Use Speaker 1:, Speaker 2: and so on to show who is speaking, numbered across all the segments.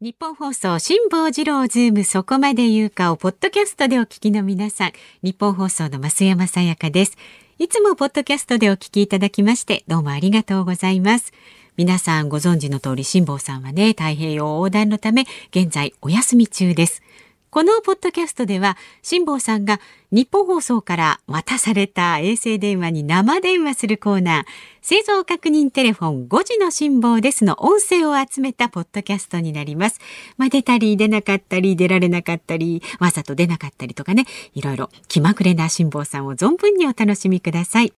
Speaker 1: 日本放送、辛坊治郎ズーム、そこまで言うかを、ポッドキャストでお聞きの皆さん、日本放送の増山さやかです。いつもポッドキャストでお聞きいただきまして、どうもありがとうございます。皆さんご存知の通り、辛坊さんはね、太平洋横断のため、現在お休み中です。このポッドキャストでは、辛坊さんが日本放送から渡された衛星電話に生電話するコーナー、製造確認テレフォン5時の辛坊ですの音声を集めたポッドキャストになります。まあ、出たり出なかったり出られなかったり、わざと出なかったりとかね、いろいろ気まぐれな辛坊さんを存分にお楽しみください。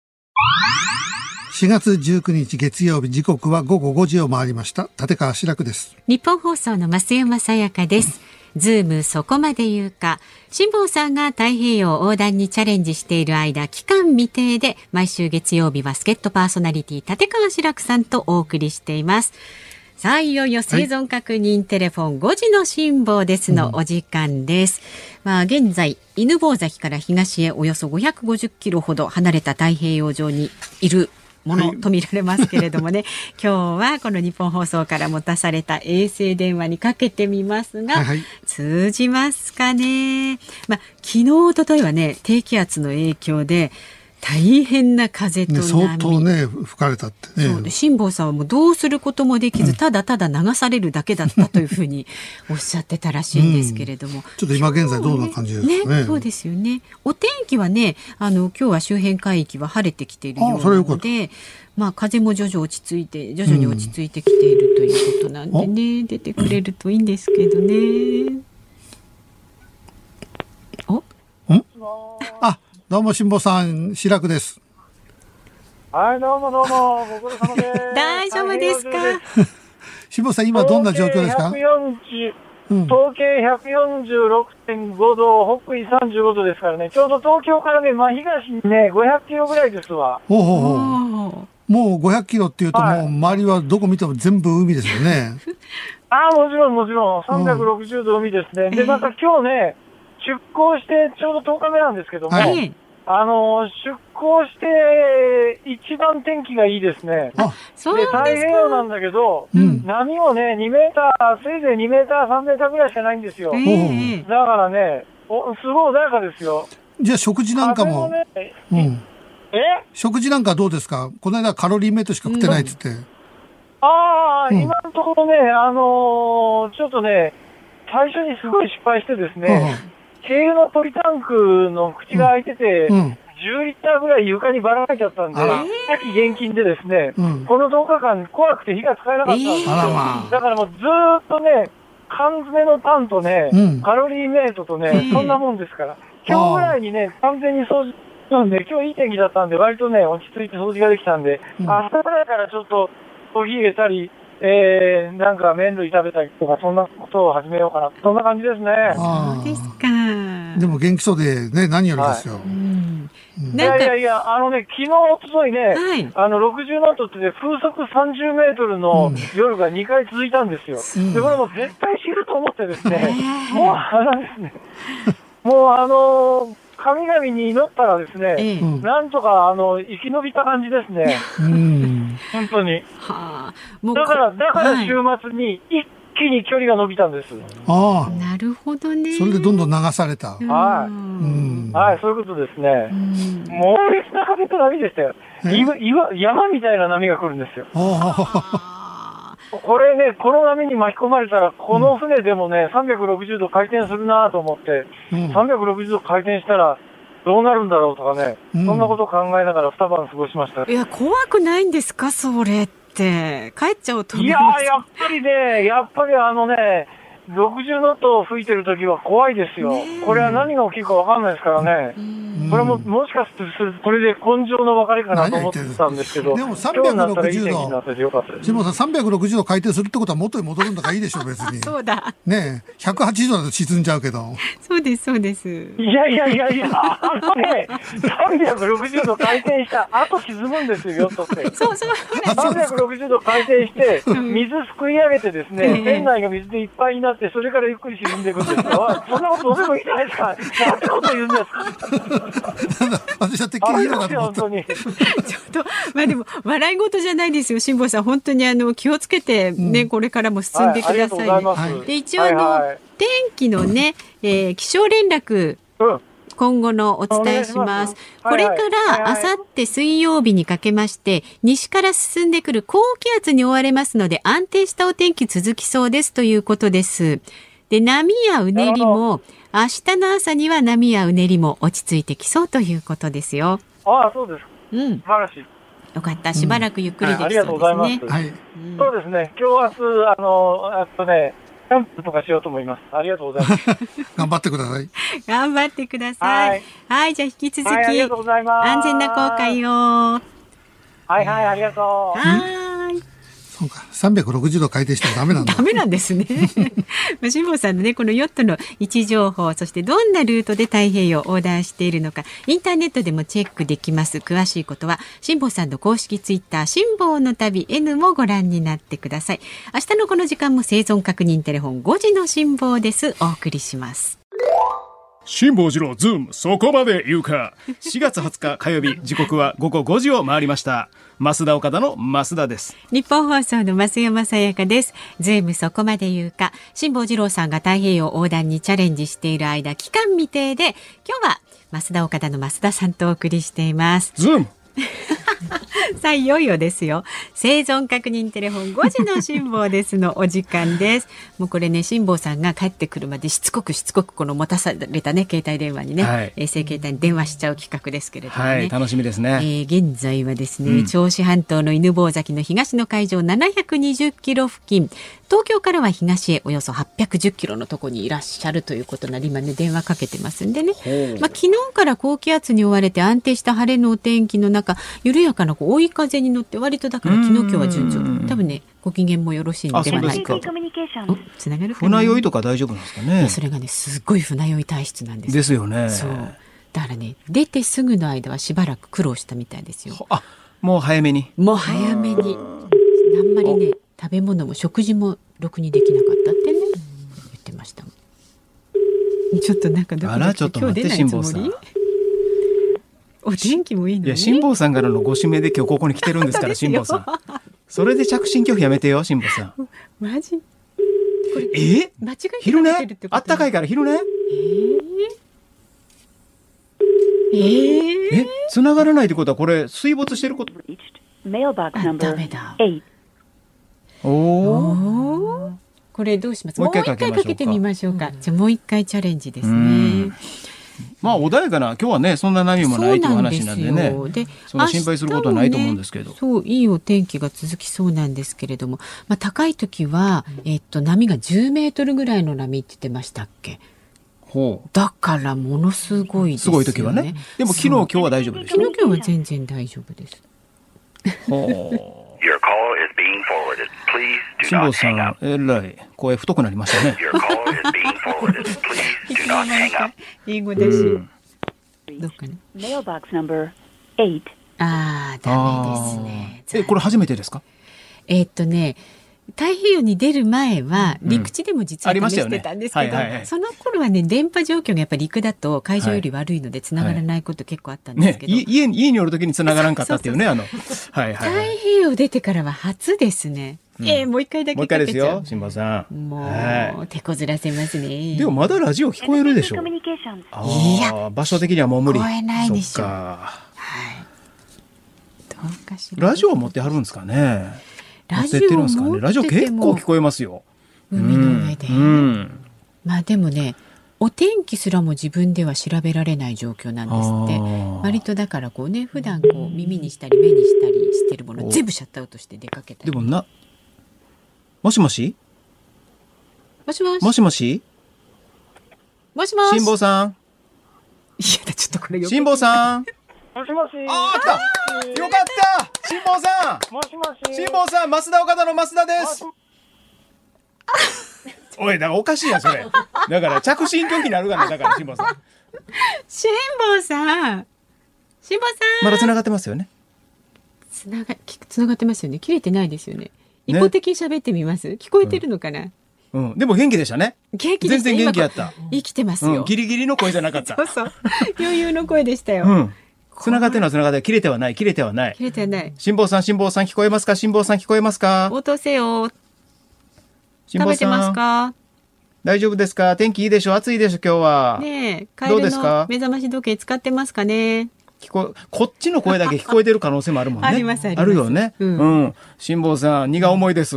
Speaker 2: 4月19日月曜日時刻は午後5時を回りました。立川志らくです。
Speaker 1: 日本放送の増山さやかです。ズームそこまで言うか辛坊さんが太平洋横断にチャレンジしている間期間未定で毎週月曜日は助っ人パーソナリティ立川志らくさんとお送りしていますさあいよいよ生存確認テレフォン5時の辛抱ですのお時間です、うん、まあ現在犬吠埼から東へおよそ550キロほど離れた太平洋上にいるものと見られますけれども ね、はい、今日はこの日本放送から持たされた衛星電話にかけてみますが、はいはい、通じますかね、まあ、昨日一昨日はね低気圧の影響で大変な風と波、ね、
Speaker 2: 相当ね吹かれたって
Speaker 1: ね辛坊さんはもうどうすることもできず、うん、ただただ流されるだけだったというふうにおっしゃってたらしいんですけれども、うん、
Speaker 2: ちょっと今現在どんな感じですね、ね、
Speaker 1: そうですよねお天気はねあの今日は周辺海域は晴れてきているようなのでまあ風も徐々落ち着いて徐々に落ち着いてきているということなんでね、うん、出てくれるといいんですけどね
Speaker 2: おあどうも、辛坊さん、白くです。
Speaker 3: はい、どうもどうも、ご苦労様で す。
Speaker 1: 大丈夫ですか
Speaker 2: 辛坊さん、今どんな状況ですか
Speaker 3: 統計146.5度、北緯35度ですからね、ちょうど東京からね、まあ、東にね、500キロぐらいですわ。
Speaker 2: ほうほうほうもう500キロっていうと、もう周りはどこ見ても全部海ですよね。
Speaker 3: ああ、もちろんもちろん、360度海ですね。うん、で、また今日ね、出港してちょうど10日目なんですけども、はい、あの、出港して一番天気がいいですね。
Speaker 1: あ、そうで
Speaker 3: 太平洋なんだけど、うん、波もね、2メーター、せいぜい2メーター、3メーターぐらいしかないんですよ。えー、だからね、おすごい穏やかですよ。
Speaker 2: じゃあ食事なんかも。もね、うん、
Speaker 3: え
Speaker 2: 食事なんかどうですかこの間カロリーメイトしか食ってないっつって。うん、
Speaker 3: ああ、今のところね、あのー、ちょっとね、最初にすごい失敗してですね、軽油のポリタンクの口が開いてて、うん、10リッターぐらい床にばらまいちゃったんで、さっき現金でですね、うん、この10日間怖くて火が使えなかったんですよ。えーまあ、だからもうずっとね、缶詰のパンとね、うん、カロリーメイトとね、えー、そんなもんですから、今日ぐらいにね、完全に掃除なんで、今日いい天気だったんで、割とね、落ち着いて掃除ができたんで、明日ぐらいからちょっとコーヒー入れたり、えー、なんか麺類食べたりとか、そんなことを始めようかな。そんな感じですね。
Speaker 1: そうですか。
Speaker 2: でも元気そうで、ね、何よりですよ。はい
Speaker 3: いやいやいや、あのね、昨日、おとといね、はい、あの、60ナットってね、風速30メートルの夜が2回続いたんですよ。うん、で、これも絶対死ぬと思ってです ね、もう、あのですね、もうあの神々に祈ったらですね、うん、なんとかあの生き延びた感じですね。うん、本当に。はあ、もうだから、だから週末に一気に距離が伸びたんです。
Speaker 2: あ
Speaker 1: あ。なるほどね。
Speaker 2: それでどんどん流された。
Speaker 3: はい。うん、はい、そういうことですね。猛烈な風と波でしたよ。岩、岩、山みたいな波が来るんですよ。これね、この波に巻き込まれたら、この船でもね、うん、360度回転するなと思って、うん、360度回転したら、どうなるんだろうとかね、うん、そんなことを考えながら二晩過ごしました。
Speaker 1: いや、怖くないんですか、それって。帰っちゃうと
Speaker 3: いや やっぱりね、やっぱりあのね、60ノットを吹いてるときは怖いですよ。これは何が起きるかわかんないですからね。これも、もしかすると、これで根性の分かりかなと思ってたんですけど。
Speaker 2: でも360度。下本さん、360度回転するってことは元に戻るんだからいいでしょ、別に。
Speaker 1: そうだ。
Speaker 2: ねえ、180度だと沈んじゃうけど。
Speaker 1: そうです、そうです。
Speaker 3: いやいやいやいや、あのね、360度回転した後沈むんですよ、ヨットって。
Speaker 1: そうそう。
Speaker 3: 360度回転して、水すくい上げてですね、船内が水でいっぱいになって、それからゆっくり沈んでいくんですよ。そんなことどうでもいいじゃないですか。なんてこと言うんですか。
Speaker 2: 私はてっきりヒロだと思っ
Speaker 3: 本
Speaker 2: た
Speaker 3: 当。に。
Speaker 1: ちょっと、まあでも、笑い事じゃないですよ。辛坊さん、本当にあの、気をつけてね、これからも進んでくださいね。
Speaker 3: はい、ありがとうございます。
Speaker 2: はい
Speaker 1: で、一応あの、
Speaker 3: はいはい
Speaker 1: 天気のね、えー気象連絡、
Speaker 3: うん
Speaker 1: 今後のお伝えし
Speaker 3: お
Speaker 1: ま
Speaker 3: 願い
Speaker 1: す
Speaker 3: します。
Speaker 1: これか
Speaker 3: はい
Speaker 1: ら、
Speaker 3: はい
Speaker 1: あさって水曜日にかけまして、西から進んでくる高気圧に覆われますので、安定したお天気続きそうですということです。で、波やうねりも、明日の朝には波やうねりも落ち着いてきそうということですよ。
Speaker 3: ああ、そうです。
Speaker 1: うん。
Speaker 3: 素晴らしい。
Speaker 1: よかった。しばらくゆっくりできそう
Speaker 3: は
Speaker 1: で
Speaker 3: い
Speaker 1: すね。
Speaker 3: ありがとうございます
Speaker 2: はい。
Speaker 1: うん
Speaker 3: そうですね。今日、明日、あの、あとね、キャンプとかしようと思います。ありがとうござ います。
Speaker 2: 頑張ってください。
Speaker 1: 頑張ってください。は
Speaker 3: はいい。
Speaker 1: じゃあ引き続き、
Speaker 3: はい、ありがとうございます。
Speaker 1: 安全な航海を。
Speaker 3: はいはい、ありがとう。
Speaker 1: はーい。
Speaker 2: そうか。360度回転してもダメなんだ
Speaker 1: ダ。メなんですね。まあ辛坊さんのね、このヨットの位置情報、そしてどんなルートで太平洋を横断しているのか、インターネットでもチェックできます。詳しいことは、辛坊さんの公式ツイッター、辛坊の旅 N もご覧になってください。明日のこの時間も生存確認テレフォン5時の辛坊です。お送りします。
Speaker 4: 辛坊治郎ズームそこまで言うか4月20日火曜日時刻は午後5時を回りました増田岡田の増田です
Speaker 1: 日本放送の増山さやかです。ズームそこまで言うか、辛坊二郎さんが太平洋横断にチャレンジしている間、期間未定で、今日は増田岡田の増田さんとお送りしています。
Speaker 4: ズーム
Speaker 1: さあ、いよいよですよ。生存確認テレフォン5時の辛坊ですのお時間です。 もうこれね、辛坊さんが帰ってくるまでしつこくしつこくこの持たされたね、携帯電話にね、
Speaker 4: はい
Speaker 1: 衛星携帯に電話しちゃう企画ですけれどもね。
Speaker 4: はい楽しみですね、
Speaker 1: えー現在はですね、銚子半島の犬吠埼の東の海上720キロ付近東京からは東へおよそ810キロのとこにいらっしゃるということなり今ね電話かけてますんでね、
Speaker 4: ほう
Speaker 1: まあ、昨日から高気圧に覆われて安定した晴れのお天気の中緩やかなこう追い風に乗って割とだから昨日今日は順調多分ねご機嫌もよろしいのではないか
Speaker 4: あそうです
Speaker 1: と
Speaker 4: か
Speaker 5: コミュニケーション
Speaker 1: おつながるかな
Speaker 4: 船酔いとか大丈夫なんですかね
Speaker 1: それがねすっごい船酔い体質なんです
Speaker 4: ですよね
Speaker 1: そうだからね出てすぐの間はしばらく苦労したみたいですよ
Speaker 4: あもう早めに
Speaker 1: もう早めに。あんまりね、食べ物も食事もろくにできなかったってね、言ってましたもん。ちょっとなんかドキドキ
Speaker 4: あらちょっと待って
Speaker 1: 今日出ない
Speaker 4: 辛坊さん
Speaker 1: つもりお天気もいいのに。
Speaker 4: いや辛坊さんからのご指名で今日ここに来てるんですから辛坊さん
Speaker 1: 本当ですよ。
Speaker 4: それで着信拒否やめてよ辛坊さん
Speaker 1: マジ。
Speaker 4: え
Speaker 1: 間違えて
Speaker 4: 昼
Speaker 1: 食べ
Speaker 4: 寝
Speaker 1: てるってこと
Speaker 4: あったかいから昼寝
Speaker 1: えー
Speaker 4: え繋がらないってことはこれ水没してること
Speaker 5: reached mailbox
Speaker 1: あ、ダ
Speaker 5: number
Speaker 1: メだ。
Speaker 5: eight.
Speaker 4: おお
Speaker 1: おーこれどうします。
Speaker 4: も
Speaker 1: も
Speaker 4: う
Speaker 1: う
Speaker 4: 一回
Speaker 1: 一回か
Speaker 4: かけ
Speaker 1: けて
Speaker 4: ましょうか
Speaker 1: みましょうか。じゃあもう一回チャレンジです
Speaker 4: う
Speaker 1: ね
Speaker 4: ん。まあ穏やかな今日はねそんな波もないという話なんでね
Speaker 1: そうなんですよで
Speaker 4: そんな心配することはないと思うんですけど
Speaker 1: 明日もねそういいお天気が続きそうなんですけれども、まあ高い時は、えっと波が10メートルぐらいの波って言ってましたっけ。
Speaker 4: ほ
Speaker 1: だからものすごいで
Speaker 4: う
Speaker 1: す
Speaker 4: す
Speaker 1: よね。
Speaker 4: ごい時はねでも昨日今日は大丈夫でし
Speaker 1: 昨日今日は全然大丈夫です。
Speaker 4: ょほ
Speaker 6: Your call is being forwarded. Please
Speaker 4: う
Speaker 6: do
Speaker 4: 辛坊
Speaker 6: not
Speaker 4: さ
Speaker 6: hang
Speaker 4: ん
Speaker 6: up.
Speaker 4: えらい声太くなりましたね
Speaker 6: Your call is being forwarded. Please do not hang up.
Speaker 1: 英語だし、
Speaker 4: うん
Speaker 1: どうかな。
Speaker 5: Mailbox number eight.
Speaker 1: ああダメですね。
Speaker 4: あーえこれ初めてですか
Speaker 1: えーっとね太平洋に出る前は
Speaker 4: ん
Speaker 1: 陸地でも実
Speaker 4: あり
Speaker 1: は
Speaker 4: ま
Speaker 1: 試
Speaker 4: した
Speaker 1: し
Speaker 4: よね
Speaker 1: てたんですけど、
Speaker 4: はいはいはい
Speaker 1: その頃はね電波状況がやっぱり陸だと海上より悪いので繋がらないこと結構あったんです
Speaker 4: ね
Speaker 1: けど、
Speaker 4: い家に家におる時に繋がらんかったっていうねあのはいはいは
Speaker 1: 太
Speaker 4: い
Speaker 1: 平洋出てからは初ですね。えーもう一回だ
Speaker 4: もう
Speaker 1: け
Speaker 4: 一回
Speaker 1: かけ
Speaker 4: です
Speaker 1: ちゃ
Speaker 4: よ
Speaker 1: う。
Speaker 4: 辛坊さん
Speaker 1: もう、
Speaker 4: は
Speaker 1: 手こずらせますね。
Speaker 4: いでもまだラジオ聞こえるでしょ
Speaker 5: Communi- communications.
Speaker 4: あ
Speaker 1: い
Speaker 4: あ場所的にはもう無理
Speaker 1: 聞こえないでしょ
Speaker 4: そっか
Speaker 1: はい。どうかしら。
Speaker 4: ラジオ持ってはるんですかね
Speaker 1: ラジ
Speaker 4: 持ってって
Speaker 1: オ
Speaker 4: るんですか
Speaker 1: 持
Speaker 4: ね
Speaker 1: って
Speaker 4: ラジオ
Speaker 1: て
Speaker 4: 結構
Speaker 1: も
Speaker 4: 聞こえますよ
Speaker 1: 海の上で、
Speaker 4: うん
Speaker 1: まあでもね、お天気すらも自分では調べられない状況なんです
Speaker 4: あ
Speaker 1: って。
Speaker 4: ー
Speaker 1: 割とだからこうね普段こう耳にしたり目にしたりしてるもの
Speaker 4: お
Speaker 1: 全部シャットアウトして出かけたり
Speaker 4: でもなもしもし
Speaker 1: もしもし
Speaker 4: もしもし
Speaker 1: もしもし
Speaker 4: 辛坊さん
Speaker 1: いやだちょっとこれよく
Speaker 4: 辛坊さん
Speaker 3: もしもし。
Speaker 4: ああ来たよかった辛坊さ
Speaker 3: もしも
Speaker 4: ん
Speaker 3: し。
Speaker 4: 辛坊さん増田岡田の増田で
Speaker 3: もし
Speaker 4: すおいだからおかしいやんそれ だから着信拒否になるがな だから辛坊さん
Speaker 1: 辛坊さん辛坊さん
Speaker 4: まだ繋がってますよね
Speaker 1: つながきつながってますよね切れてないですよね
Speaker 4: ね
Speaker 1: 一方的に喋ってみます、聞こえてるのかな、
Speaker 4: うん、でも元気でしたね。
Speaker 1: 元気でした
Speaker 4: 全然元気やった
Speaker 1: 今こ生きてます
Speaker 4: う
Speaker 1: よ、
Speaker 4: ん、ギリギリの声じゃなかった
Speaker 1: そ。うそう余裕の声でしたよ、
Speaker 4: うん。繋がってるのは繋がってる、切れてはない、切れてはない
Speaker 1: 切。れてない
Speaker 4: 辛坊さん、辛坊さん聞こえますか辛坊さん聞こえますか
Speaker 1: 応答せよ食
Speaker 4: 辛坊
Speaker 1: べて
Speaker 4: さ
Speaker 1: ます
Speaker 4: ん、
Speaker 1: か
Speaker 4: 大丈夫ですか天気いいでしょ暑いでしょ今日は。
Speaker 1: ねえカエ
Speaker 4: どうで
Speaker 1: ル
Speaker 4: す
Speaker 1: の
Speaker 4: か
Speaker 1: 目覚まし時計使ってますかね
Speaker 4: 聞ここっちの声だけ聞こえてる可能性もあるもん ね。
Speaker 1: ありますあります
Speaker 4: るよね。
Speaker 1: う
Speaker 4: うんん。辛坊さん、荷が重いです。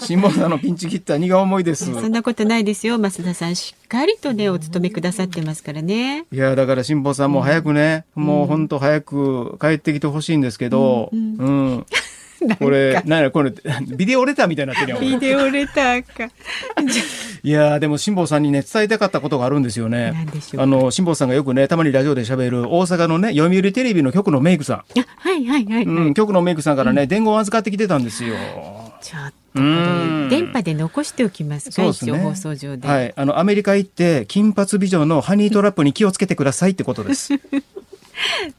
Speaker 4: 辛坊さんのピンチヒッター、荷が重いです。
Speaker 1: そんなことないですよ増田さんしっかりとねお勤めくださってますからね
Speaker 4: いや、だから辛坊さんもう早くね、もうほんと早く帰ってきてほしいんですけど、うん。 これ、なんや、これ、ビデオレターみたいになってるやん。
Speaker 1: ビ
Speaker 4: 俺
Speaker 1: デオレターか
Speaker 4: いやーでも辛坊さんにね、伝えたかったことがあるんですよね
Speaker 1: 何でし。ょう
Speaker 4: あの、辛坊さんがよくね、たまにラジオで喋る、大阪のね、読売テレビの局のメイクさ
Speaker 1: あはいはいはい、
Speaker 4: ん。うん、局のメイクさんからね、伝言を預かってきてたんですよ。
Speaker 1: ちょっとこ
Speaker 4: うー
Speaker 1: れ
Speaker 4: ん
Speaker 1: 電波で残しておきますか一応放送上で、
Speaker 4: はい。あの、アメリカ行って、金髪美女のハニートラップに気をつけてくださいってことです。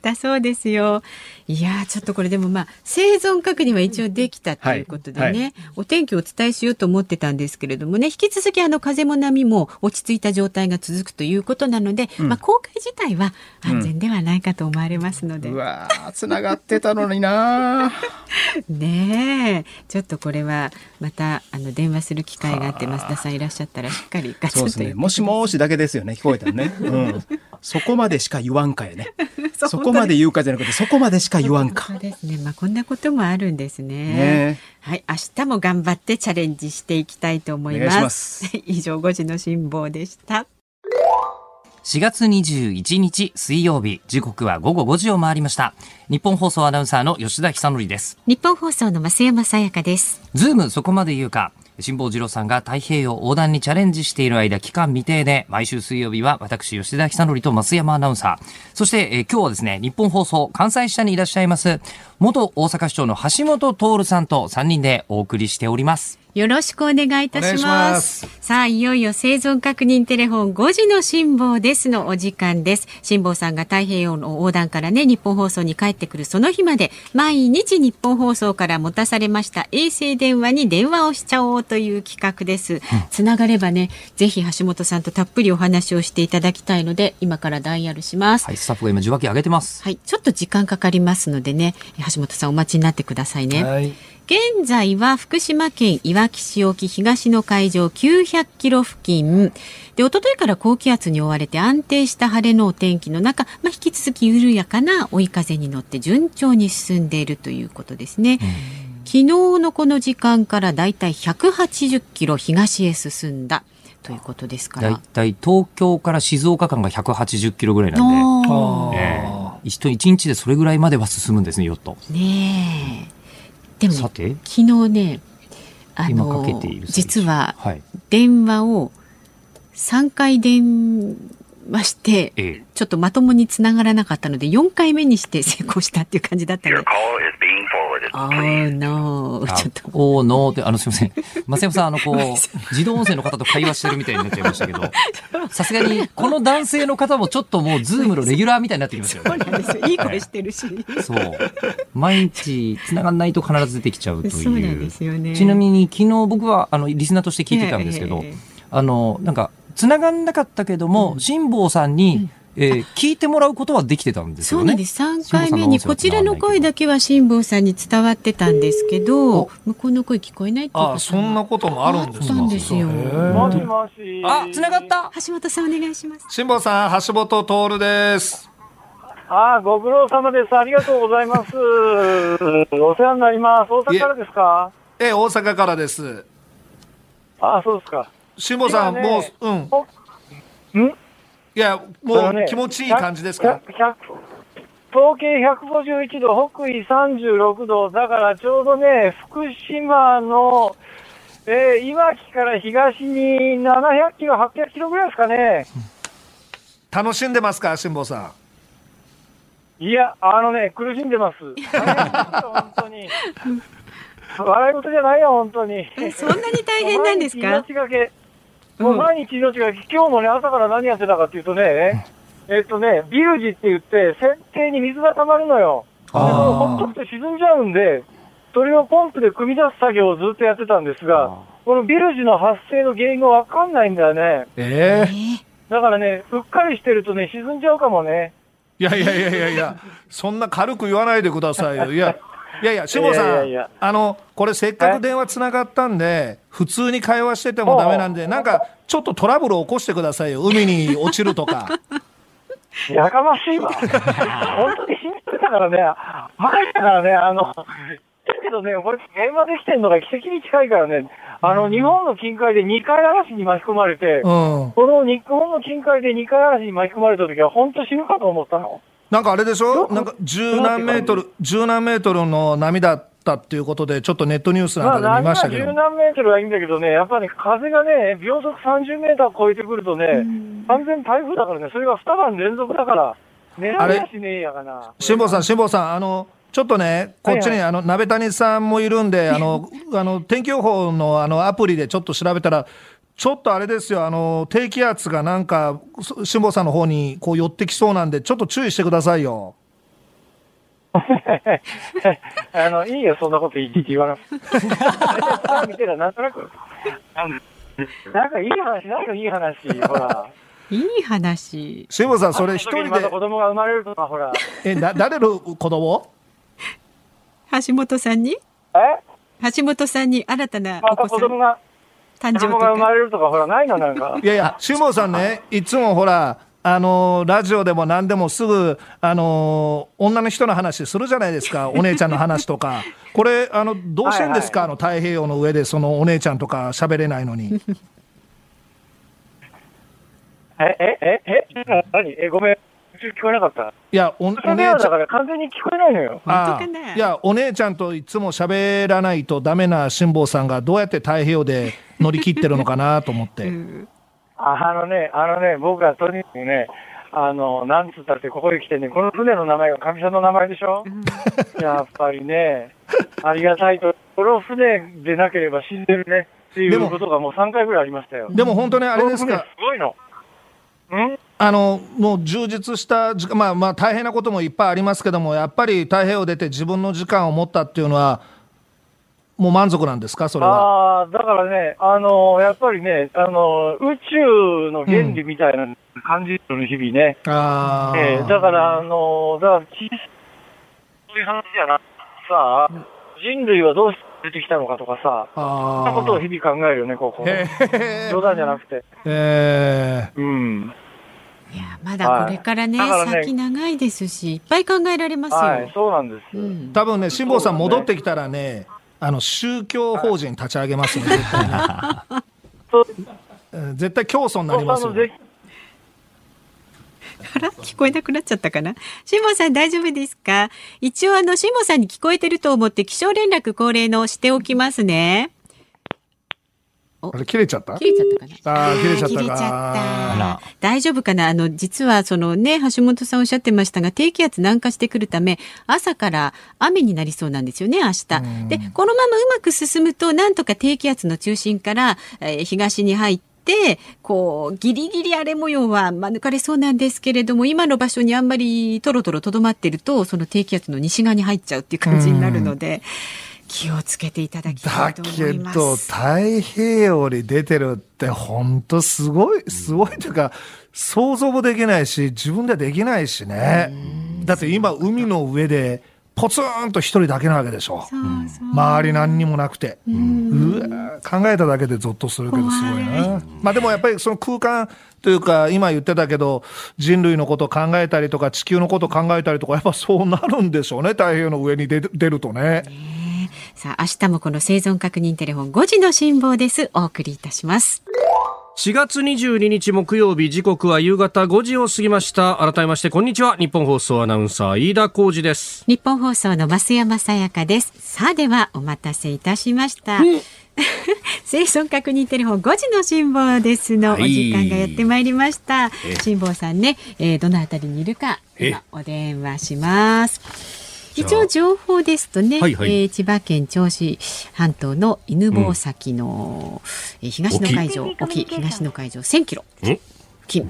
Speaker 1: だそうですよ。いやーちょっとこれでもまあ生存確認は一応できたということでね、
Speaker 4: はいは
Speaker 1: お天気をお伝えしようと思ってたんですけれどもね引き続きあの風も波も落ち着いた状態が続くということなので、まあ公開自体は安全ではないかと思われます ので、
Speaker 4: うわー、繋がってたの になー
Speaker 1: ねえちょっとこれはまたあの電話する機会があって増田さんいらっしゃったらしっかりガチ
Speaker 4: そ
Speaker 1: ッ
Speaker 4: う
Speaker 1: と
Speaker 4: です
Speaker 1: 言っ
Speaker 4: ね。
Speaker 1: て
Speaker 4: もしもーしだけですよね。聞こえた のね。うん。そこまでしか言わんかやね。そこまで言うかじゃなくて、そこまでしか言わんか
Speaker 1: そう。ですね。まあこんなこともあるんですね。
Speaker 4: ね
Speaker 1: はい、明日も頑張ってチャレンジしていきたいと思い
Speaker 4: お願いし
Speaker 1: ま。
Speaker 4: ますす
Speaker 1: 以上5時の辛抱でした。
Speaker 7: 4月21日水曜日、時刻は午後5時を回りました。日本放送アナウンサーの吉田久典です。
Speaker 1: 日本放送の増山さやかです。
Speaker 7: ズームそこまで言うか。辛坊治郎さんが太平洋横断にチャレンジしている間、期間未定で、毎週水曜日は私、吉田久典と増山アナウンサー。そして、えー今日はですね、日本放送関西支社にいらっしゃいます、元大阪市長の橋本徹さんと3人でお送りしております。
Speaker 1: よろしくお願いいたします。
Speaker 4: お願いします
Speaker 1: さあ、いよいよ生存確認テレフォン5時の辛抱ですのお時間です。辛抱さんが太平洋の横断からね、日本放送に帰ってくるその日まで、毎日日本放送から持たされました衛星電話に電話をしちゃおうという企画です。つながればね、ぜひ橋本さんとたっぷりお話をしていただきたいので、今からダイヤルします。
Speaker 7: はい、スタッフが今、受話器上げてます。
Speaker 1: はい、ちょっと時間かかりますのでね、橋本さんお待ちになってくださいね。現在は福島県いわき市沖東の海上900キロ付近で一昨日から高気圧に覆われて安定した晴れのお天気の中、まあ、引き続き緩やかな追い風に乗って順調に進んでいるということですね。昨日のこの時間からだいたい180キロ東へ進んだということですか
Speaker 7: だい
Speaker 1: ら。
Speaker 7: たい東京から静岡間が180キロぐらいなんで。
Speaker 1: おー
Speaker 7: ええ一と一日でそれぐらいまでは進むんですね、ヨット。
Speaker 1: ねえ。でも
Speaker 7: さて、
Speaker 1: 昨日ね、あ
Speaker 7: 今
Speaker 1: の
Speaker 7: かけている最中
Speaker 1: 実は
Speaker 7: はい。
Speaker 1: 電話を3回電話して
Speaker 7: ええ
Speaker 1: ちょっとまともにつながらなかったので4回目にして成功したっていう感じだった の
Speaker 6: Your
Speaker 1: で
Speaker 6: call is being forwarded.
Speaker 1: あーの
Speaker 7: あ
Speaker 1: ちょっと。
Speaker 7: おーのーって、あの、すいません。増山さん、あ の、こう、自動音声の方と会話してるみたいになっちゃいましたけど、さすがに、この男性の方もちょっともう、ズームのレギュラーみたいになってきました
Speaker 1: そう
Speaker 7: よ
Speaker 1: な
Speaker 7: ね。
Speaker 1: んですよいい声してるし
Speaker 7: そう。毎日、繋がんないと必ず出てきちゃうとい う。
Speaker 1: そうなんですよね
Speaker 7: ちなみに、昨日僕は、あの、リスナーとして聞いてたんですけど、
Speaker 1: ええええ
Speaker 7: あの、なんか、繋がんなかったけども、辛坊さんに、えー聞いてもらうことはできてたんです
Speaker 1: そ
Speaker 7: よ
Speaker 1: う
Speaker 7: ね。
Speaker 1: なんです3回目にこちらの声だけは辛坊さんに伝わんないけど伝わってたんですけど向こうの声聞こえないっていう
Speaker 8: あ
Speaker 1: 方
Speaker 8: そんな
Speaker 1: が
Speaker 8: こともあるんです
Speaker 1: あったんですよ
Speaker 8: へ
Speaker 3: も
Speaker 8: ー
Speaker 3: しもし。
Speaker 7: あ、繋がった
Speaker 1: 橋本さんお願いします
Speaker 8: 辛坊さん、橋本徹です。
Speaker 3: ああ、ご苦労様です。ありがとうございます。お世話になります。大阪からですか
Speaker 8: え、大阪からです。
Speaker 3: ああ、そうですか。
Speaker 8: 辛坊さん、
Speaker 3: 今
Speaker 8: も
Speaker 3: ね
Speaker 8: う、うん。
Speaker 3: ん
Speaker 8: いや、
Speaker 3: こ
Speaker 8: も
Speaker 3: れね
Speaker 8: う気持ちいい感じですか
Speaker 3: 100 100東経151度、北緯36度、だからちょうどね、福島の、えー、いわきから東に700キロ、800キロぐらいですかね。
Speaker 8: 楽しんでますか辛坊さん。
Speaker 3: いや、あのね、苦しんでます。本当に。笑い事じゃないよ、本当に。
Speaker 1: えそんなに大変なんです
Speaker 3: 毎
Speaker 1: か
Speaker 3: 日命がけ。もう毎日命がけ。今日もね、朝から何やってたかっていうとね、えっとね、ビルジって言って、船底に水が溜まるのよ。でそれをほっとくと沈んじゃうんで、それをポンプで組み出す作業をずっとやってたんですが、このビルジの発生の原因がわかんないんだよね。
Speaker 8: ええ
Speaker 3: だからね、うっかりしてるとね、沈んじゃうかもね。
Speaker 8: いやいやいやいやいや、そんな軽く言わないでくださいよ。いや、いやいや、辛坊
Speaker 3: い
Speaker 8: さ
Speaker 3: やいや
Speaker 8: ん
Speaker 3: いや、
Speaker 8: あの、これせっかく電話つながったんで、普通に会話しててもダメなんで、なんか、ちょっとトラブル起こしてくださいよ。海に落ちると か。
Speaker 3: やかまし いわ。本当に死んでたからね、前だからね、あの、だけどね、これ現場できてるのが奇跡に近いからね、あの、日本の近海で2回嵐に巻き込まれて、
Speaker 8: うん。
Speaker 3: この日本の近海で2回嵐に巻き込まれた時は本当死ぬかと思ったの。
Speaker 8: なんかあれでしょなんか、十何メートル、十何メートルの波だったっていうことで、ちょっとネットニュース
Speaker 3: ま
Speaker 8: な
Speaker 3: あ、
Speaker 8: んかで
Speaker 3: 波
Speaker 8: 見ま
Speaker 3: が
Speaker 8: したけ
Speaker 3: 十
Speaker 8: ど。
Speaker 3: 何メートルはいいんだけどね、やっぱり、ね、風がね、秒速30メーター超えてくるとね、完全台風だからね、それが二晩連続だから、狙いやしねえやがな。
Speaker 8: 辛坊さん、辛坊さん、あの、ちょっとね、こっち
Speaker 3: はい
Speaker 8: に、あの、鍋谷さんもいるんで、あの、 あの、天気予報の、あの、アプリでちょっと調べたら、ちょっとあれですよ、あの、低気圧がなんか、そ辛坊さんの方に、こう、寄ってきそうなんで、ちょっと注意してくださいよ。
Speaker 3: あの、いいよ、そんなこといちいち言わなくて。 大体見てたらなんとなく、あのなんかいい話、なんかいい話、ほら。
Speaker 1: いい話。
Speaker 8: 辛坊さん、それ一
Speaker 3: その時
Speaker 8: 人
Speaker 3: にま
Speaker 8: で
Speaker 3: た、子供が生まれるとか、 ほら。
Speaker 8: え、だ、誰の子供
Speaker 1: 橋本さんに
Speaker 3: え
Speaker 1: 橋本さんに新たな
Speaker 3: ま
Speaker 1: お
Speaker 3: た
Speaker 1: 子さ
Speaker 3: 子
Speaker 1: ん
Speaker 3: 供が、
Speaker 1: 誕
Speaker 3: 子
Speaker 1: 生
Speaker 3: 供
Speaker 1: と
Speaker 3: が生ま
Speaker 1: か。
Speaker 3: れるとか、ほら、ないのなんか
Speaker 8: い。やいや、辛坊さんね、いつもほら、あのラジオでも何でもすぐ、あの女の人の話するじゃないです か、お姉ちゃんの話とか、これ、あのどうしてんですか、あの太平洋の上で、そのお姉ちゃんとか喋れないのに、
Speaker 3: え、え、え、え、何え、ごめん。聞こえなかった。
Speaker 8: いや、おお姉
Speaker 3: それ
Speaker 8: ちゃ
Speaker 3: はだ
Speaker 8: ん
Speaker 3: から完全に聞こえないのよ。
Speaker 8: あ
Speaker 1: 本当かな
Speaker 8: あ、いや、お姉ちゃんといつも喋らないとダメな辛坊さんが、どうやって太平洋で乗り切ってるのかなと思って。
Speaker 3: ああのね、あのね、僕はとにかくね、あの、なんつったってここへ来てね、この船の名前が神さんの名前でしょ、やっぱりね、ありがたいと、この船でなければ死んでるね、ってい
Speaker 8: で
Speaker 3: う
Speaker 8: も
Speaker 3: ことがもう3回ぐらいありましたよ。
Speaker 8: でも本当ね、あれです
Speaker 3: この船
Speaker 8: か
Speaker 3: す。ごいの。ん
Speaker 8: あのもう充実した時間、まあ、まあ大変なこともいっぱいありますけども、やっぱり太平洋出て自分の時間を持ったっていうのは、もう満足なんですか、それは。
Speaker 3: ああ、だからね、あの、やっぱりね、あの、宇宙の原理みたいなの感じるのね、日々ね。
Speaker 8: あー
Speaker 3: ええだから、あのだから、きそういう話じゃなくてさ、人類はどうして出てきたのかとかさ、そんな
Speaker 8: あ
Speaker 3: ことを
Speaker 8: ー
Speaker 3: 日々考えるよね、ここ。
Speaker 8: へへへ
Speaker 3: 冗談じゃなくて。
Speaker 8: え
Speaker 3: うん。
Speaker 1: いや、まだこれからね、
Speaker 3: はいだからね
Speaker 1: 先長いですし、いっぱい考えられますよ。
Speaker 3: はい、そうなんです。
Speaker 1: うん
Speaker 8: ー、多分ね、辛坊さん、
Speaker 3: そうだね
Speaker 8: 戻ってきたらね、あの宗教法人立ち上げますよ、絶対に
Speaker 3: そう
Speaker 8: うん絶対教祖になりますよ。
Speaker 3: ぜ
Speaker 1: あら聞こえなくなっちゃったかな辛坊さん大丈夫ですか一応あの辛坊さんに聞こえてると思って気象連絡恒例のしておきますね。
Speaker 8: あれ切れちゃった
Speaker 1: 切れちゃったかな
Speaker 8: あー切れちゃ
Speaker 1: あー
Speaker 8: ったか
Speaker 1: 切れちゃった
Speaker 9: あら
Speaker 1: 大丈夫かなあの、実はそのね、橋本さんおっしゃってましたが、低気圧南下してくるため、朝から雨になりそうなんですよね、明日。で、このままうまく進むと、なんとか低気圧の中心から、えー東に入って、こうギリギリ荒れ模様は免れそうなんですけれども今の場所にあんまりとろとろとどまってるとその低気圧の西側に入っちゃうっていう感じになるので気をつけていただきた
Speaker 8: だ
Speaker 1: いと思
Speaker 8: け
Speaker 1: います。
Speaker 8: ど、太平洋に出てるって、本当すごい、すごいというか、想像もできないし、自分ではできないしね。だって今、海の上で、ポツンと一人だけなわけでしょ。
Speaker 1: そうそう
Speaker 8: 周り何にもなくて。うわ考えただけでゾッとするけど、すごいな。まあでもやっぱりその空間というか、今言ってたけど、人類のことを考えたりとか、地球のことを考えたりとか、やっぱそうなるんでしょうね、太平洋の上に出て出るとね。
Speaker 1: さあ、明日もこの生存確認テレフォン5時の辛抱です。お送りいたします。
Speaker 7: 4月22日木曜日時刻は夕方5時を過ぎました改めましてこんにちは日本放送アナウンサー飯田浩二です
Speaker 1: 日本放送の増山さやかです。さあ、ではお待たせいたしました。 生存確認テレフォン5時の辛抱ですのお
Speaker 7: はい
Speaker 1: 時間がやってまいりました。辛抱さんね、えーどのあたりにいるか、
Speaker 7: え
Speaker 1: 今お電話します。
Speaker 7: ゃあ
Speaker 1: 一応情報ですとね、
Speaker 7: はいはい
Speaker 1: えー千葉県銚子半島の犬吠埼の、えー東の海上沖東の海上1000キロ
Speaker 7: ん
Speaker 1: 付近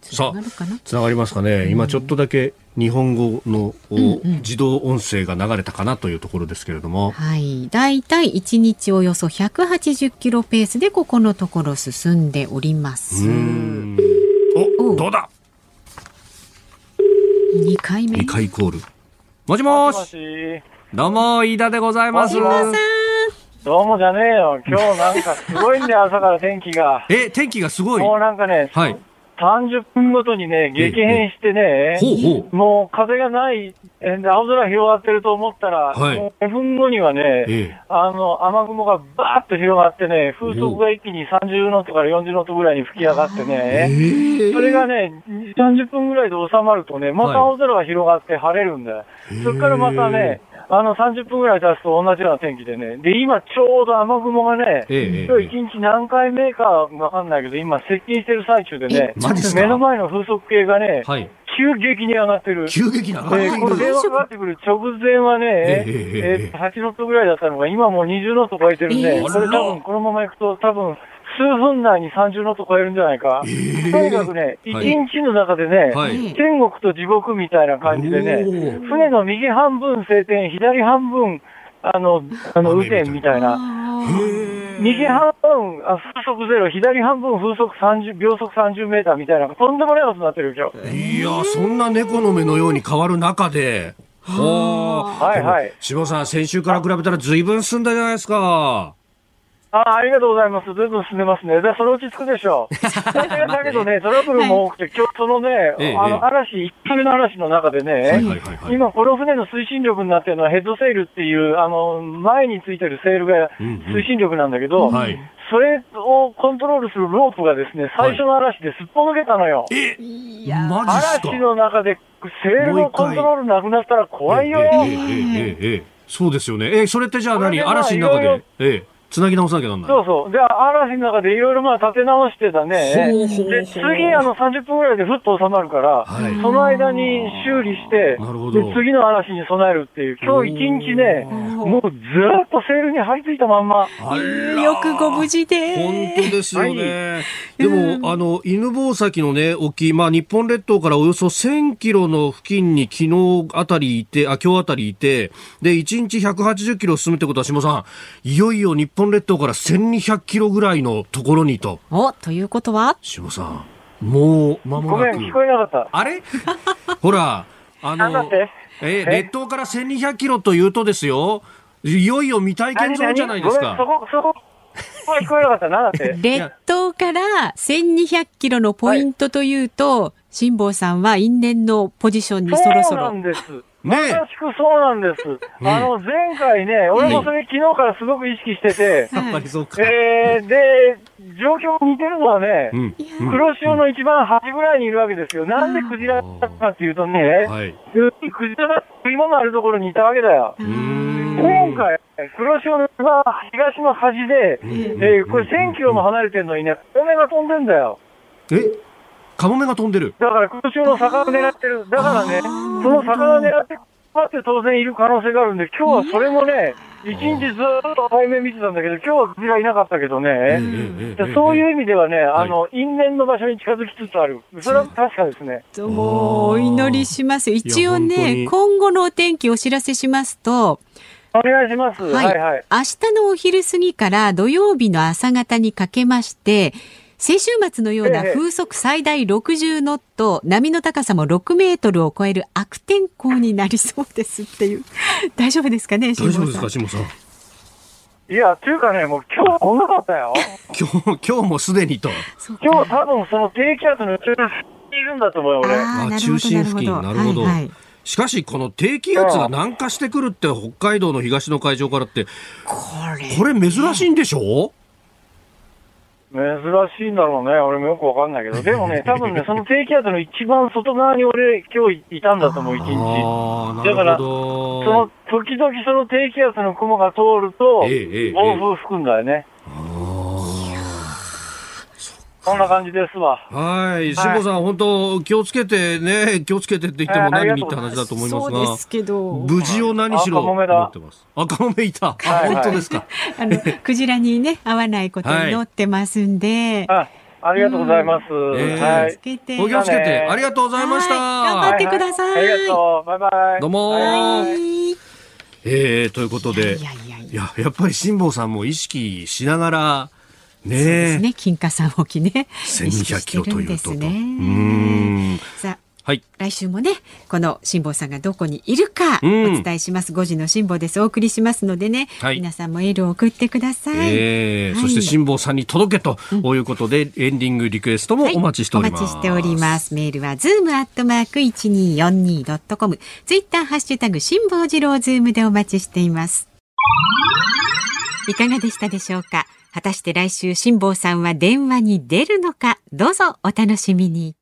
Speaker 1: つながるかな
Speaker 7: つながりますかね、今ちょっとだけ日本語の、お自動音声が流れたかなというところですけれども、
Speaker 1: はい。だいたい1日およそ180キロペースでここのところ進んでおります。2
Speaker 7: お
Speaker 1: お
Speaker 7: どうだ
Speaker 1: 回目。
Speaker 7: 2
Speaker 1: 飯
Speaker 7: 回コールもしも
Speaker 3: も
Speaker 7: ーし
Speaker 3: し、
Speaker 9: どうも、飯田でございます。
Speaker 1: 島さん、
Speaker 3: どうもじゃねえよ。今日なんかすごいんだよ、朝から天気が。
Speaker 7: え、天気がすごい。
Speaker 3: もう
Speaker 7: は
Speaker 3: なんかね、
Speaker 7: い。
Speaker 3: 30分ごとにね、激変してね、
Speaker 7: ほうほう。
Speaker 3: もう風がない、えー青空広がってると思ったら、
Speaker 7: はい
Speaker 3: もう5分後にはね、
Speaker 7: ええ。
Speaker 3: あの、雨雲がバーッと広がってね、風速が一気に30ノットから40ノットぐらいに吹き上がってね、それがね、2 30分ぐらいで収まるとね、また青空が広がって晴れるんだよ。それからまたね、あの30分ぐらい経つと同じような天気でね、で、今ちょうど雨雲がね、
Speaker 7: ええええ
Speaker 3: 今日一日何回目かわかんないけど、今接近してる最中でね、
Speaker 7: マジっすか
Speaker 3: 目の前の風速計がね、
Speaker 7: はい。
Speaker 3: 急激に上がってる。
Speaker 7: 急激な。
Speaker 3: で、これ電話かかってくる直前はね、え
Speaker 7: ええええ
Speaker 3: ー8ノットぐらいだったのが、今もう20ノット超えてるん
Speaker 1: え
Speaker 3: で、
Speaker 1: え
Speaker 3: これ多分このまま行くと、多分数分内に30ノット超えるんじゃないか。とにかくね、一
Speaker 7: はい
Speaker 3: 日の中でね、
Speaker 7: はい。
Speaker 3: 天国と地獄みたいな感じで
Speaker 7: お
Speaker 3: ね、
Speaker 7: ー
Speaker 3: 船の右半分晴天、左半分、あの、あの、雨天みたいな。右半分、あ風速ゼロ、左半分風速30、秒速30メーターみたいな、とんでもないことになってるよ、今日。
Speaker 7: いや、そんな猫の目のように変わる中で。は
Speaker 3: はいはい。
Speaker 7: 志さん、先週から比べたら随分進んだじゃないですか。
Speaker 3: ああ、ありがとうございます。ずいぶん進んでますね。で、それ落ち着くでしょう。 だけどね、トラブルも多くて、今日そのね、
Speaker 7: ええ
Speaker 3: あ
Speaker 7: ええ
Speaker 3: の、嵐、1回目の嵐の中でね、
Speaker 7: はいはいはいはい。
Speaker 3: 今、この船の推進力になってるのはヘッドセールっていう、あの、前についてるセールが
Speaker 7: うんうん
Speaker 3: 推進力なんだけど、
Speaker 7: はい
Speaker 3: それをコントロールするロープがですね、最初の嵐ですっぽ抜けたのよ。
Speaker 7: マジっすか
Speaker 3: 嵐の中でセールのコントロールなくなったら怖いよ。
Speaker 7: ええええええええそうですよね。ええ、それってじゃあ
Speaker 3: これ
Speaker 7: 何
Speaker 3: でまあ
Speaker 7: 嵐の中
Speaker 3: いろい
Speaker 7: で、ええ、つなぎ直さなきゃなんない。
Speaker 3: そうそう。で、嵐の中でいろいろまあ立て直してたね。
Speaker 7: ほうほうほう
Speaker 3: で、次あの30分ぐらいでふっと収まるから、
Speaker 7: はい
Speaker 3: その間に修理して、
Speaker 7: なるほど
Speaker 3: で、次の嵐に備えるっていう、今日一日ね、もうずーっとセールに張り付いたまんま。
Speaker 1: よくご無事で。
Speaker 7: 本当ですよね。でも、あの、犬吠埼のね、沖、まあ、日本列島からおよそ1000キロの付近に昨日あたりいて、あ、今日あたりいて、で、1日180キロ進むってことは、下さん、いよいよ日本列島から1200キロぐらいのところにと、
Speaker 1: お、ということは
Speaker 7: 下さん、もう間
Speaker 3: ご
Speaker 7: も
Speaker 3: め、
Speaker 7: なんく。
Speaker 3: 聞こえなかった。
Speaker 7: あれ ほら、あ
Speaker 3: なんだ
Speaker 7: の
Speaker 3: っ、て
Speaker 7: え、列島から1200キロというとですよ、いよいよ未体験ゾーンじゃないです
Speaker 3: 何何
Speaker 7: か。
Speaker 3: ごめん、そこ、そこ、そこは聞こえなかった。なんだ って。
Speaker 1: 列島から1200キロのポイントというと、辛坊さんは因縁のポジションにそろ
Speaker 3: そ
Speaker 1: そう
Speaker 3: な
Speaker 1: ろ。
Speaker 3: んです。ま
Speaker 7: ね
Speaker 3: さしくそうなんです。あの、前回ね、俺もそれ昨日からすごく意識してて、
Speaker 7: やっぱりそうか。
Speaker 3: えー、で、状況似てるのはね、
Speaker 7: うん。
Speaker 3: 黒潮の一番端ぐらいにいるわけですよ。なんでクジラだったかっていうとね、
Speaker 7: はい。
Speaker 3: 普通にクジラが食い物あるところにいたわけだよ。今回、黒潮の東の端で、えーこれ1000キロも離れてるのにね、カモメが飛んでんだよ。
Speaker 7: えカモメが飛んでる。
Speaker 3: だから黒潮の魚を狙ってる。だからね、その魚を狙って、パって当然いる可能性があるんで、今日はそれもね、一日ずーっと対面見てたんだけど、今日はクジラいなかったけどね、でそういう意味ではね、あの、因縁の場所に近づきつつある。それは確かですね。
Speaker 1: どうもお祈りします。一応
Speaker 7: いや本当
Speaker 1: ね
Speaker 7: に、
Speaker 1: 今後のお天気お知らせしますと、
Speaker 3: お願いします。はい、はい。
Speaker 1: 明日のお昼過ぎから土曜日の朝方にかけまして、先週末のような
Speaker 3: ええ
Speaker 1: 風速最大60ノット、波の高さも6メートルを超える悪天候になりそうですっていう。 大丈夫ですかね、辛坊
Speaker 7: 大
Speaker 1: さ
Speaker 7: 丈
Speaker 1: ん
Speaker 7: 夫ですか、下さん。
Speaker 3: いや、というかね、もう今日こんなかったよ。
Speaker 7: 今日、今日もすでにと。
Speaker 3: 今日多分その低気圧の中心にいるんだと思うよ、俺。
Speaker 1: あーなるほ
Speaker 7: あ
Speaker 1: ど
Speaker 7: 中心付近、なるほど
Speaker 1: はいはい。
Speaker 7: しかし、この低気圧が南下してくるって、北海道の東の海上からって、これ珍しいんでしょ
Speaker 3: 珍しいんだろうね。俺もよくわかんないけど。で もね、多分ね、その低気圧の一番外側に俺今日いたんだと思う、一日。
Speaker 7: ああ、な
Speaker 3: だから
Speaker 7: るほど。
Speaker 3: その、時々その低気圧の雲が通ると、
Speaker 7: ええええ
Speaker 3: 暴風吹くんだよね。こんな感じですわ。
Speaker 7: はい、辛坊さん、本当、気をつけてね、気をつけてって言っても
Speaker 3: はい
Speaker 7: 何
Speaker 3: あ
Speaker 7: に
Speaker 3: り
Speaker 7: っ
Speaker 3: がとうござい
Speaker 7: て話だと思い
Speaker 1: そうで
Speaker 7: ます
Speaker 1: すけ
Speaker 7: が、
Speaker 1: ど。
Speaker 7: 無事を何し
Speaker 3: 赤
Speaker 7: ろ
Speaker 3: も
Speaker 7: 思
Speaker 3: めだ
Speaker 7: ってます。赤もめいた。
Speaker 3: はいはい
Speaker 7: 本当ですか。
Speaker 1: あの、クジラにね、合わないことに乗ってますんで、
Speaker 3: あ、ありがとうございます。
Speaker 7: んええ
Speaker 3: はい。
Speaker 1: つけて。
Speaker 7: お気をつけて、ありがとうございました。
Speaker 1: はい頑張ってください
Speaker 3: ははありがとう。バイバイ。
Speaker 7: どうも
Speaker 3: はい
Speaker 1: はい
Speaker 7: えー、ということで、
Speaker 1: いやいやいや
Speaker 7: いや、やっぱり辛坊さんも意識しながら、
Speaker 1: です
Speaker 7: ね
Speaker 1: ね、金華山沖ね。意識
Speaker 7: 1200
Speaker 1: し
Speaker 7: キ
Speaker 1: て
Speaker 7: ロ
Speaker 1: るん
Speaker 7: とい
Speaker 1: で
Speaker 7: うと
Speaker 1: す
Speaker 7: と。う
Speaker 1: ね。
Speaker 7: ん。
Speaker 1: さあ、
Speaker 7: はい。
Speaker 1: 来週もね、この辛坊さんがどこにいるか
Speaker 7: うん
Speaker 1: お伝えします。5時の辛坊です。お送りしますのでね、
Speaker 7: はい
Speaker 1: 皆さんもエールを送ってください。
Speaker 7: えー
Speaker 1: はい
Speaker 7: そして辛坊さんに届けということで、エンディングリクエストも
Speaker 1: はい
Speaker 7: お待ちしております。
Speaker 1: お待ちしております。メールは、ズームアットマーク 1242.com。ツイッター、ハッシュタグ、辛坊二郎ズームでお待ちしています。いかがでしたでしょうか果たして来週、辛坊さんは電話に出るのかどうぞお楽しみに。